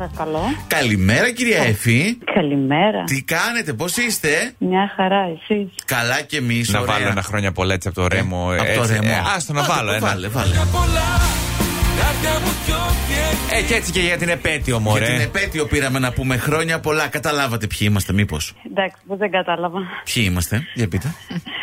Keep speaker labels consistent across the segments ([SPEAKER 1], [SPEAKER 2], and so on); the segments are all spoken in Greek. [SPEAKER 1] Παρακαλώ.
[SPEAKER 2] Καλημέρα, κυρία Εφη.
[SPEAKER 1] Καλημέρα.
[SPEAKER 2] Τι κάνετε, πώς είστε.
[SPEAKER 1] Μια χαρά, εσύ.
[SPEAKER 2] Καλά και εμείς,
[SPEAKER 3] Να βάλω ένα χρόνια πολλά έτσι από το ρέμο.
[SPEAKER 2] Ε, από το
[SPEAKER 3] έτσι,
[SPEAKER 2] Ρέμο.
[SPEAKER 3] ε, άστο να
[SPEAKER 2] Άντε,
[SPEAKER 3] βάλω ένα.
[SPEAKER 2] Βάλε, βάλε.
[SPEAKER 3] Ε, και έτσι και για την επέτειο,
[SPEAKER 2] Για την
[SPEAKER 3] μωρέ.
[SPEAKER 2] επέτειο πήραμε να πούμε χρόνια πολλά. Καταλάβατε ποιοι είμαστε, μήπως.
[SPEAKER 1] Εντάξει, που δεν κατάλαβα.
[SPEAKER 2] Ποιοι είμαστε, για πείτε.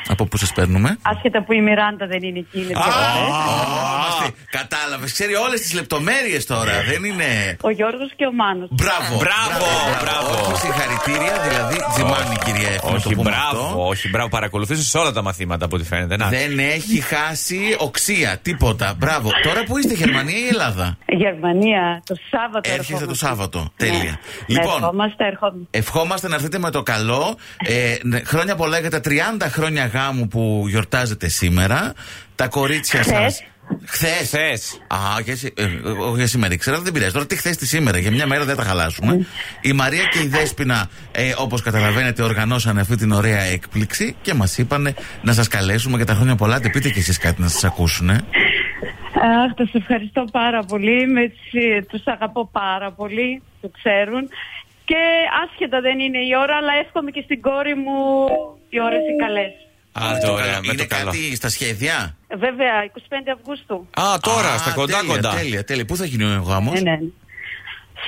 [SPEAKER 2] Από πού σας παίρνουμε.
[SPEAKER 1] Άσχετα που η Μιράντα δεν είναι εκεί, είναι πιο καλέ.
[SPEAKER 2] Κατάλαβες, ξέρει όλες τις λεπτομέρειες τώρα. Δεν είναι.
[SPEAKER 1] Ο Γιώργος και ο Μάνος.
[SPEAKER 2] Μπράβο.
[SPEAKER 3] Μπράβο, μπράβο.
[SPEAKER 2] Όχι συγχαρητήρια, δηλαδή τζιμάνι, κυρία Εφη. να το
[SPEAKER 3] Όχι,
[SPEAKER 2] πούμε
[SPEAKER 3] μπράβο,
[SPEAKER 2] αυτό.
[SPEAKER 3] όχι, μπράβο. Παρακολουθούσε σε όλα τα μαθήματα από ό,τι φαίνεται. Να.
[SPEAKER 2] Δεν έχει χάσει οξία, τίποτα. Μπράβο. Τώρα που είστε, Γερμανία ή Ελλάδα.
[SPEAKER 1] Γερμανία, το Σάββατο
[SPEAKER 2] Έρχεστε το
[SPEAKER 1] ερχόμαστε.
[SPEAKER 2] Σάββατο.
[SPEAKER 1] Ναι.
[SPEAKER 2] Τέλεια. Λοιπόν,
[SPEAKER 1] Ερχόμαστε, ερχόμαστε.
[SPEAKER 2] ευχόμαστε να έρθετε με το καλό. Ε, ναι, χρόνια πολλά για τα 30 χρόνια γάμου που γιορτάζετε σήμερα. Τα κορίτσια σας.
[SPEAKER 1] Χθες.
[SPEAKER 2] Χθες.
[SPEAKER 3] Χθε.
[SPEAKER 2] Α, για, σή- ε, ε, όχι για σήμερα. Ξέρω, δεν πειράζει. Τώρα τι χθες τη σήμερα. Για μια μέρα δεν τα
[SPEAKER 1] Ναι.
[SPEAKER 2] χαλάσουμε. Η Μαρία και η Δέσποινα, ε, όπως καταλαβαίνετε, οργανώσαν αυτή την ωραία έκπληξη και μας είπαν να σας καλέσουμε για τα χρόνια πολλά. Δεν πείτε κι εσείς κάτι να σας ακούσουν. ε.
[SPEAKER 1] Αχ, τους ευχαριστώ πάρα πολύ. Με, τις- τους αγαπώ πάρα πολύ, το ξέρουν. Και άσχετα δεν είναι η ώρα, αλλά εύχομαι και στην κόρη μου οι ώρες οι καλές.
[SPEAKER 3] Α, τώρα, με
[SPEAKER 2] Είναι
[SPEAKER 3] το καλό.
[SPEAKER 2] κάτι στα σχέδια.
[SPEAKER 1] Βέβαια, 25 Αυγούστου.
[SPEAKER 3] Α, τώρα, στα
[SPEAKER 2] Α,
[SPEAKER 3] κοντά
[SPEAKER 2] τέλεια,
[SPEAKER 3] κοντά.
[SPEAKER 2] Τέλεια, τέλεια. Πού θα γίνει ο γάμος.
[SPEAKER 1] Ναι, ναι.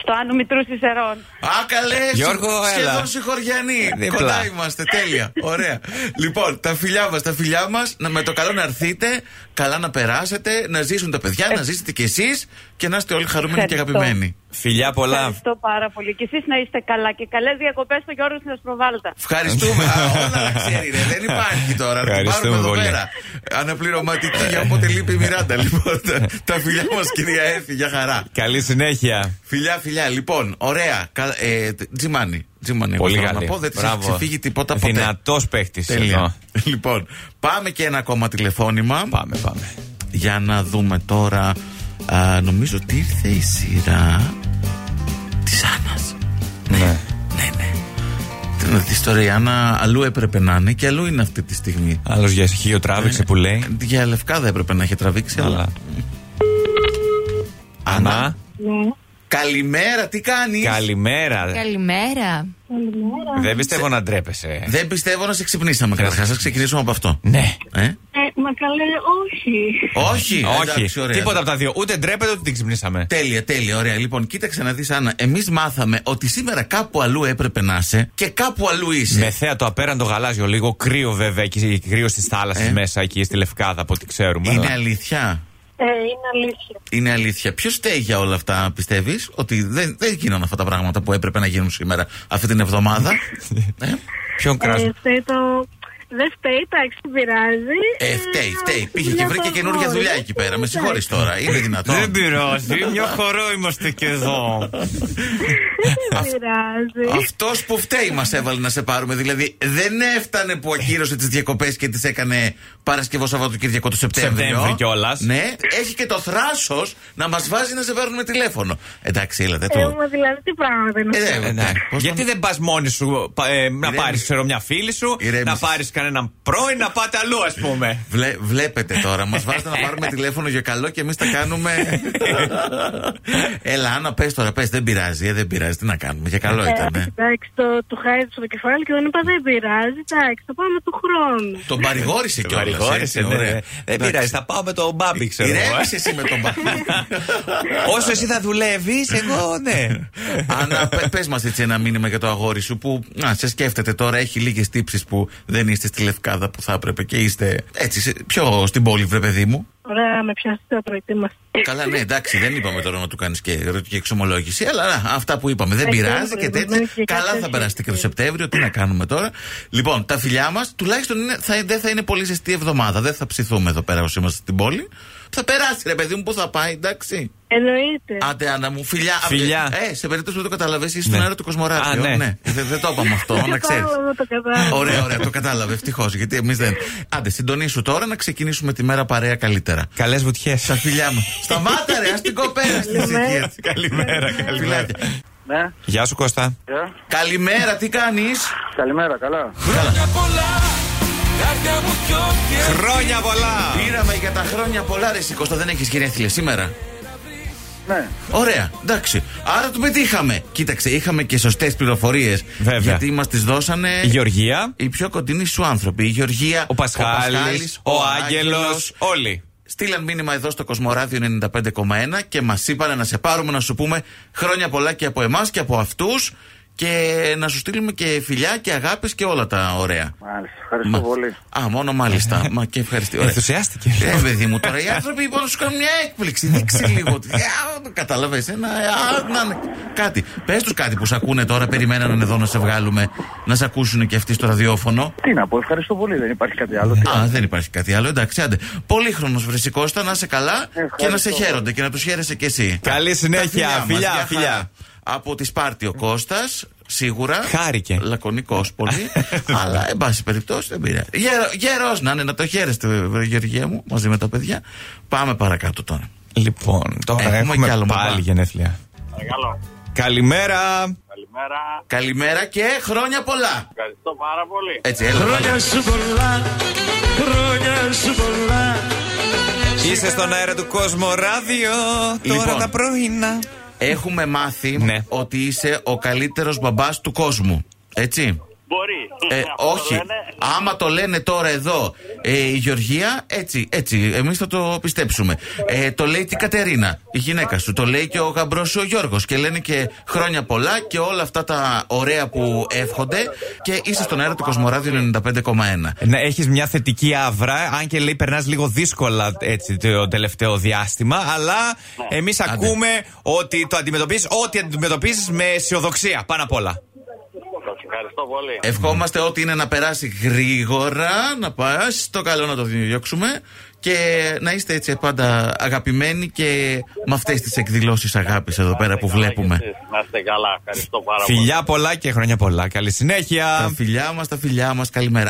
[SPEAKER 1] Στο Άνω Μητρού Σισερών.
[SPEAKER 2] Α, καλέ!
[SPEAKER 3] Γιώργο,
[SPEAKER 2] σχεδόν
[SPEAKER 3] έλα.
[SPEAKER 2] συγχωριανοί.
[SPEAKER 3] Δίπλα.
[SPEAKER 2] Κοντά είμαστε. Τέλεια. Ωραία. λοιπόν, τα φιλιά μας, τα φιλιά μας, με το καλό να έρθετε, καλά να περάσετε, να ζήσουν τα παιδιά, να ζήσετε κι εσείς και να είστε όλοι χαρούμενοι και
[SPEAKER 1] Ε. Ευχαριστώ.
[SPEAKER 2] αγαπημένοι.
[SPEAKER 3] Φιλιά πολλά.
[SPEAKER 1] Ευχαριστώ πάρα πολύ. Και εσείς να είστε καλά και καλές διακοπές στο Γιώργος να σας προβάλλετε.
[SPEAKER 2] Ευχαριστούμε. Α, όλα τα ξέρει, ρε. Δεν υπάρχει τώρα. Να την πάρουμε
[SPEAKER 3] Ευχαριστούμε
[SPEAKER 2] εδώ
[SPEAKER 3] πολύ.
[SPEAKER 2] πέρα. Αναπληρωματική για όποτε λείπει η Μιράντα. Λοιπόν, τα, τα φιλιά μας, κυρία Έφη, για χαρά.
[SPEAKER 3] Καλή συνέχεια.
[SPEAKER 2] Φιλιά, φιλιά. Λοιπόν, ωραία. Κα- ε, τ- τζιμάνι. Τζιμάνι. εγώ
[SPEAKER 3] Πολύ
[SPEAKER 2] θέλω
[SPEAKER 3] καλή.
[SPEAKER 2] Να πω, δεν της έχει
[SPEAKER 3] Μπράβο.
[SPEAKER 2] ξεφύγει τίποτα ποτέ.
[SPEAKER 3] Δυνατός παίχτης
[SPEAKER 2] Τέλεια.
[SPEAKER 3] εδώ.
[SPEAKER 2] Λοιπόν, πάμε και ένα ακόμα τηλεφώνημα.
[SPEAKER 3] Πάμε, πάμε.
[SPEAKER 2] Για να δούμε τώρα. Α, νομίζω ότι ήρθε η σειρά της Άννας.
[SPEAKER 3] Ναι.
[SPEAKER 2] Ναι, ναι. Την δεις τώρα η Άννα αλλού έπρεπε να είναι και αλλού είναι αυτή τη στιγμή.
[SPEAKER 3] Άλλος για ησυχείο
[SPEAKER 2] Ε,
[SPEAKER 3] τράβηξε που λέει.
[SPEAKER 2] Για λευκά δεν έπρεπε να έχει τραβήξει, αλλά.
[SPEAKER 3] Αλλά. Ανά.
[SPEAKER 2] Καλημέρα, τι κάνεις.
[SPEAKER 3] Καλημέρα.
[SPEAKER 4] Καλημέρα.
[SPEAKER 3] Δεν πιστεύω να ντρέπεσαι.
[SPEAKER 2] Δεν πιστεύω να σε ξυπνήσαμε καταρχάς. Ας ξεκινήσουμε από αυτό.
[SPEAKER 3] Ναι.
[SPEAKER 2] Ε?
[SPEAKER 5] Ε, μα καλέ, όχι.
[SPEAKER 2] Όχι,
[SPEAKER 3] Όχι.
[SPEAKER 2] Ε, εντάξει, ωραία.
[SPEAKER 3] Τίποτα από τα δύο. Ούτε ντρέπεται ούτε την ξυπνήσαμε.
[SPEAKER 2] Τέλεια, τέλεια, ωραία. Λοιπόν, κοίταξε να δεις, Άννα. Εμείς μάθαμε ότι σήμερα κάπου αλλού έπρεπε να είσαι και κάπου αλλού είσαι.
[SPEAKER 3] Με θέα το απέραντο γαλάζιο, λίγο κρύο βέβαια, εκεί κρύο τη θάλασσα
[SPEAKER 2] Ε.
[SPEAKER 3] μέσα, εκεί στη Λευκάδα από ό,τι ξέρουμε.
[SPEAKER 2] Είναι
[SPEAKER 3] αλλά-
[SPEAKER 2] αλήθεια.
[SPEAKER 5] Ε, είναι αλήθεια.
[SPEAKER 2] Είναι αλήθεια. Ποιος στέει για όλα αυτά, πιστεύεις, ότι δεν, δεν γίνανε αυτά τα πράγματα που έπρεπε να γίνουν σήμερα, αυτή την εβδομάδα. ε,
[SPEAKER 3] Ποιον
[SPEAKER 5] Ε,
[SPEAKER 3] κράζουν.
[SPEAKER 5] φταίει το... Δεν φταίει, εντάξει, δεν πειράζει.
[SPEAKER 2] ε, φταίει, φταίει. Πήγε και βρήκε καινούργια δουλειά εκεί πέρα. Με συγχωρείς τώρα. Είναι δυνατόν.
[SPEAKER 3] πειράζει, μια χορό είμαστε και εδώ.
[SPEAKER 5] Δεν πειράζει.
[SPEAKER 2] Αυτός που φταίει μας έβαλε να σε πάρουμε. Δηλαδή, δεν έφτανε που ακύρωσε τις διακοπές και τις έκανε Παρασκευό Σαββατοκύριακο του Σεπτέμβριο.
[SPEAKER 3] Σεπτέμβρη κιόλας.
[SPEAKER 2] Ναι, έχει και το θράσος να μας βάζει να σε παίρνουμε τηλέφωνο. Εντάξει, έλα, δεν
[SPEAKER 5] Ε,
[SPEAKER 2] το.
[SPEAKER 5] μα δηλαδή τι πράγμα δεν
[SPEAKER 2] Ε,
[SPEAKER 5] είναι.
[SPEAKER 2] ε, πώς
[SPEAKER 3] Γιατί
[SPEAKER 2] τον-
[SPEAKER 3] δεν πας μόνη σου πα- ε, να
[SPEAKER 2] Ηρέμησε.
[SPEAKER 3] πάρεις, ξέρω, μια φίλη σου,
[SPEAKER 2] Ηρέμησες.
[SPEAKER 3] να πάρεις κανέναν πρώην, να πάτε αλλού, ας πούμε.
[SPEAKER 2] Βλέ- βλέπετε τώρα, μας βάζετε να πάρουμε τηλέφωνο για καλό και εμείς τα κάνουμε. Έλα, Άννα, πες τώρα, πες. Δεν πειράζει, ε, δεν πειράζει. Τι να κάνουμε, για καλό ήταν. ε.
[SPEAKER 5] Εντάξει, το, του χάιδεψε το κεφάλι και τον είπα δεν πειράζει. Εντάξει, θα πάμε του χρόνου.
[SPEAKER 2] Τον παρηγόρησε κιόλα.
[SPEAKER 3] Βαρυγόρησε, ναι, ναι. Δεν πειράζει, θα πάω με τον Μπάμπη, ξέρω εγώ. ε.
[SPEAKER 2] Ηρέμησε εσύ με τον Παπαδόπουλο.
[SPEAKER 3] Όσο εσύ θα δουλεύεις, εγώ ναι.
[SPEAKER 2] Άννα, πε μας έτσι ένα μήνυμα για το αγόρι σου που να, σε σκέφτεται τώρα. Έχει λίγες τύψεις που δεν είστε στη Λευκάδα που θα έπρεπε και είστε έτσι σε- πιο στην πόλη, βρε παιδί μου.
[SPEAKER 5] Ωραία, με πιάσετε απροετοίμαστε.
[SPEAKER 2] Καλά, ναι, εντάξει, δεν είπαμε τώρα να του κάνεις και ερωτική εξομολόγηση, αλλά να, αυτά που είπαμε δεν
[SPEAKER 5] Ε,
[SPEAKER 2] πειράζει
[SPEAKER 5] δεν
[SPEAKER 2] και
[SPEAKER 5] πρέπει,
[SPEAKER 2] τέτοια.
[SPEAKER 5] δεν έχει
[SPEAKER 2] Καλά
[SPEAKER 5] κάποια
[SPEAKER 2] θα περάσετε και το
[SPEAKER 5] σχέση.
[SPEAKER 2] Σεπτέμβριο, τι να κάνουμε τώρα. Λοιπόν, τα φιλιά μας τουλάχιστον είναι, θα, δεν θα είναι πολύ ζεστή εβδομάδα. Δεν θα ψηθούμε εδώ πέρα όσοι είμαστε στην πόλη. Θα περάσει, ρε παιδί μου, πού θα πάει, εντάξει.
[SPEAKER 5] Εννοείται.
[SPEAKER 2] Άντε, Άννα μου, φιλιά.
[SPEAKER 3] Φιλιά.
[SPEAKER 2] Ε, σε περίπτωση που δεν το καταλαβαίνει, είσαι στον
[SPEAKER 3] Ναι.
[SPEAKER 2] αέρα του Κοσμοράδιο.
[SPEAKER 3] Α, ναι.
[SPEAKER 2] Δεν, δεν το είπαμε αυτό, να ξέρει.
[SPEAKER 5] Κατάλαβα, το κατάλαβα.
[SPEAKER 2] Ωραία, ωραία, το κατάλαβε. Ευτυχώς, γιατί εμείς δεν. Άντε, συντονίσου τώρα να ξεκινήσουμε τη μέρα παρέα καλύτερα.
[SPEAKER 3] Καλές βουτιές.
[SPEAKER 2] Τα φιλιά μου. Σταμάτα, ρε, ας την κοπέλα στη ζυγεία.
[SPEAKER 3] Καλημέρα, καλημέρα.
[SPEAKER 2] Φιλάκια.
[SPEAKER 6] Ναι,
[SPEAKER 3] Γεια σου Κώστα.
[SPEAKER 6] γεια.
[SPEAKER 2] Καλημέρα, τι κάνεις.
[SPEAKER 6] Καλημέρα, καλά.
[SPEAKER 3] Χρόνια πολλά!
[SPEAKER 2] Ε. Πήραμε για τα χρόνια πολλά, ρε Σικώστα, δεν έχεις γενέθλια σήμερα.
[SPEAKER 4] Ναι.
[SPEAKER 2] Ωραία, εντάξει. Άρα του πετύχαμε. Κοίταξε, είχαμε και σωστές πληροφορίες.
[SPEAKER 3] Βέβαια.
[SPEAKER 2] Γιατί μας τις δώσανε.
[SPEAKER 3] Η Γεωργία,
[SPEAKER 2] Οι πιο κοντινοί σου άνθρωποι. Η Γεωργία,
[SPEAKER 3] ο Πασχάλης, ο, Άγγελος, όλοι.
[SPEAKER 2] Στείλαν μήνυμα εδώ στο Κοσμοράδιο 95,1 και μας είπαν να σε πάρουμε να σου πούμε χρόνια πολλά και από εμάς και από αυτούς και να σου στείλουμε και φιλιά και αγάπης και όλα τα ωραία.
[SPEAKER 4] Μάλιστα. Ευχαριστώ
[SPEAKER 2] Μα-
[SPEAKER 4] πολύ.
[SPEAKER 2] Α, μόνο μάλιστα.
[SPEAKER 3] Ε,
[SPEAKER 2] Μα και ευχαριστώ. Ωραία.
[SPEAKER 3] Ενθουσιάστηκε.
[SPEAKER 2] Ε, παιδί μου, τώρα οι άνθρωποι είπαν να σου κάνουν μια έκπληξη. Δείξε λίγο. τι- Α, Κατάλαβες ένα. ε, α, να είναι Κάτι. Πες τους κάτι που σε ακούνε τώρα. Περιμένανε εδώ να σε βγάλουμε. Να σε ακούσουν και αυτοί στο ραδιόφωνο.
[SPEAKER 4] Τι να πω, ευχαριστώ πολύ. Δεν υπάρχει κάτι άλλο.
[SPEAKER 2] Α, δεν υπάρχει κάτι άλλο. Εντάξει, άντε. Πολύχρονος βρεσικό ήταν. Να είσαι καλά και να σε
[SPEAKER 4] Ευχαριστώ.
[SPEAKER 2] χαίρονται και να τους χαίρεσαι κι εσύ.
[SPEAKER 3] Καλή συνέχεια.
[SPEAKER 2] Τα μας,
[SPEAKER 3] Ναι, Φιλιά,
[SPEAKER 2] γεια
[SPEAKER 3] φιλιά.
[SPEAKER 2] χαρά. Από τη Σπάρτη ο Κώστας, σίγουρα.
[SPEAKER 3] Χάρηκε.
[SPEAKER 2] Λακωνικός πολύ. αλλά, εν πάση περιπτώσει, δεν πειράζει. Γερο, γερός να είναι, να το χαίρεστε, βρε, Γεωργία μου, μαζί με τα παιδιά. Πάμε παρακάτω τώρα.
[SPEAKER 3] Λοιπόν, τώρα
[SPEAKER 2] Έχουμε
[SPEAKER 3] έχουμε,
[SPEAKER 2] κι άλλο, μπαμπά.
[SPEAKER 3] πάλι γενέθλια.
[SPEAKER 6] Παρακαλώ.
[SPEAKER 3] Καλημέρα.
[SPEAKER 6] Καλημέρα.
[SPEAKER 2] Καλημέρα και χρόνια πολλά.
[SPEAKER 6] Ευχαριστώ πάρα πολύ.
[SPEAKER 2] Έτσι, έλα.
[SPEAKER 7] Χρόνια σου πολλά, χρόνια σου πολλά.
[SPEAKER 3] Είσαι στον αέρα του κόσμου ράδιο. Τώρα
[SPEAKER 2] Λοιπόν.
[SPEAKER 3] τα πρωινά.
[SPEAKER 2] Έχουμε μάθει
[SPEAKER 3] Ναι.
[SPEAKER 2] ότι είσαι ο καλύτερος μπαμπάς του κόσμου. Έτσι.
[SPEAKER 6] Μπορεί.
[SPEAKER 2] Ε,
[SPEAKER 6] Ναι, Αυτό
[SPEAKER 2] όχι.
[SPEAKER 6] λένε.
[SPEAKER 2] Άμα το λένε τώρα εδώ ε, η Γεωργία, έτσι, έτσι, εμείς θα το πιστέψουμε. Ε, το λέει και η Κατερίνα, η γυναίκα σου. Το λέει και ο γαμπρός σου ο Γιώργος. Και λένε και χρόνια πολλά και όλα αυτά τα ωραία που εύχονται. Και είσαι στον αέρα του Κοσμοράδιου 95,1.
[SPEAKER 3] Να έχει Ε, ναι, μια θετική άβρα, αν και λέει περνάς λίγο δύσκολα έτσι, το τελευταίο διάστημα. Αλλά
[SPEAKER 6] Ναι.
[SPEAKER 3] εμείς ακούμε ότι το αντιμετωπίζεις ό,τι αντιμετωπίζεις με αισιοδοξία πάνω απ' όλα.
[SPEAKER 6] Σας ευχαριστώ πολύ.
[SPEAKER 2] Ε, Ευχόμαστε ότι είναι να περάσει γρήγορα, να περάσει το καλό να το διώξουμε και να είστε έτσι πάντα αγαπημένοι και με αυτές τις εκδηλώσεις αγάπης εδώ πέρα που
[SPEAKER 6] Καλά
[SPEAKER 2] βλέπουμε.
[SPEAKER 6] κι εσείς. Να είστε καλά. Ευχαριστώ πάρα πολύ.
[SPEAKER 3] Φιλιά πολλά και χρόνια πολλά. Καλή συνέχεια.
[SPEAKER 2] Τα φιλιά μας, τα φιλιά μας. Καλημέρα.